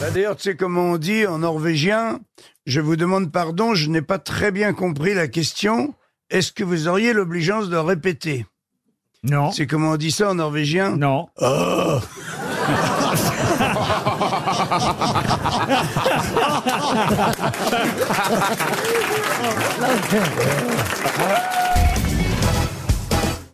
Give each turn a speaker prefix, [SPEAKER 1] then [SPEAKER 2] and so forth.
[SPEAKER 1] Bah, D'ailleurs, tu sais comment on dit en norvégien, je vous demande pardon, je n'ai pas très bien compris la question. Est-ce que vous auriez l'obligeance de répéter
[SPEAKER 2] Non.
[SPEAKER 1] C'est comment on dit ça en norvégien
[SPEAKER 2] Non.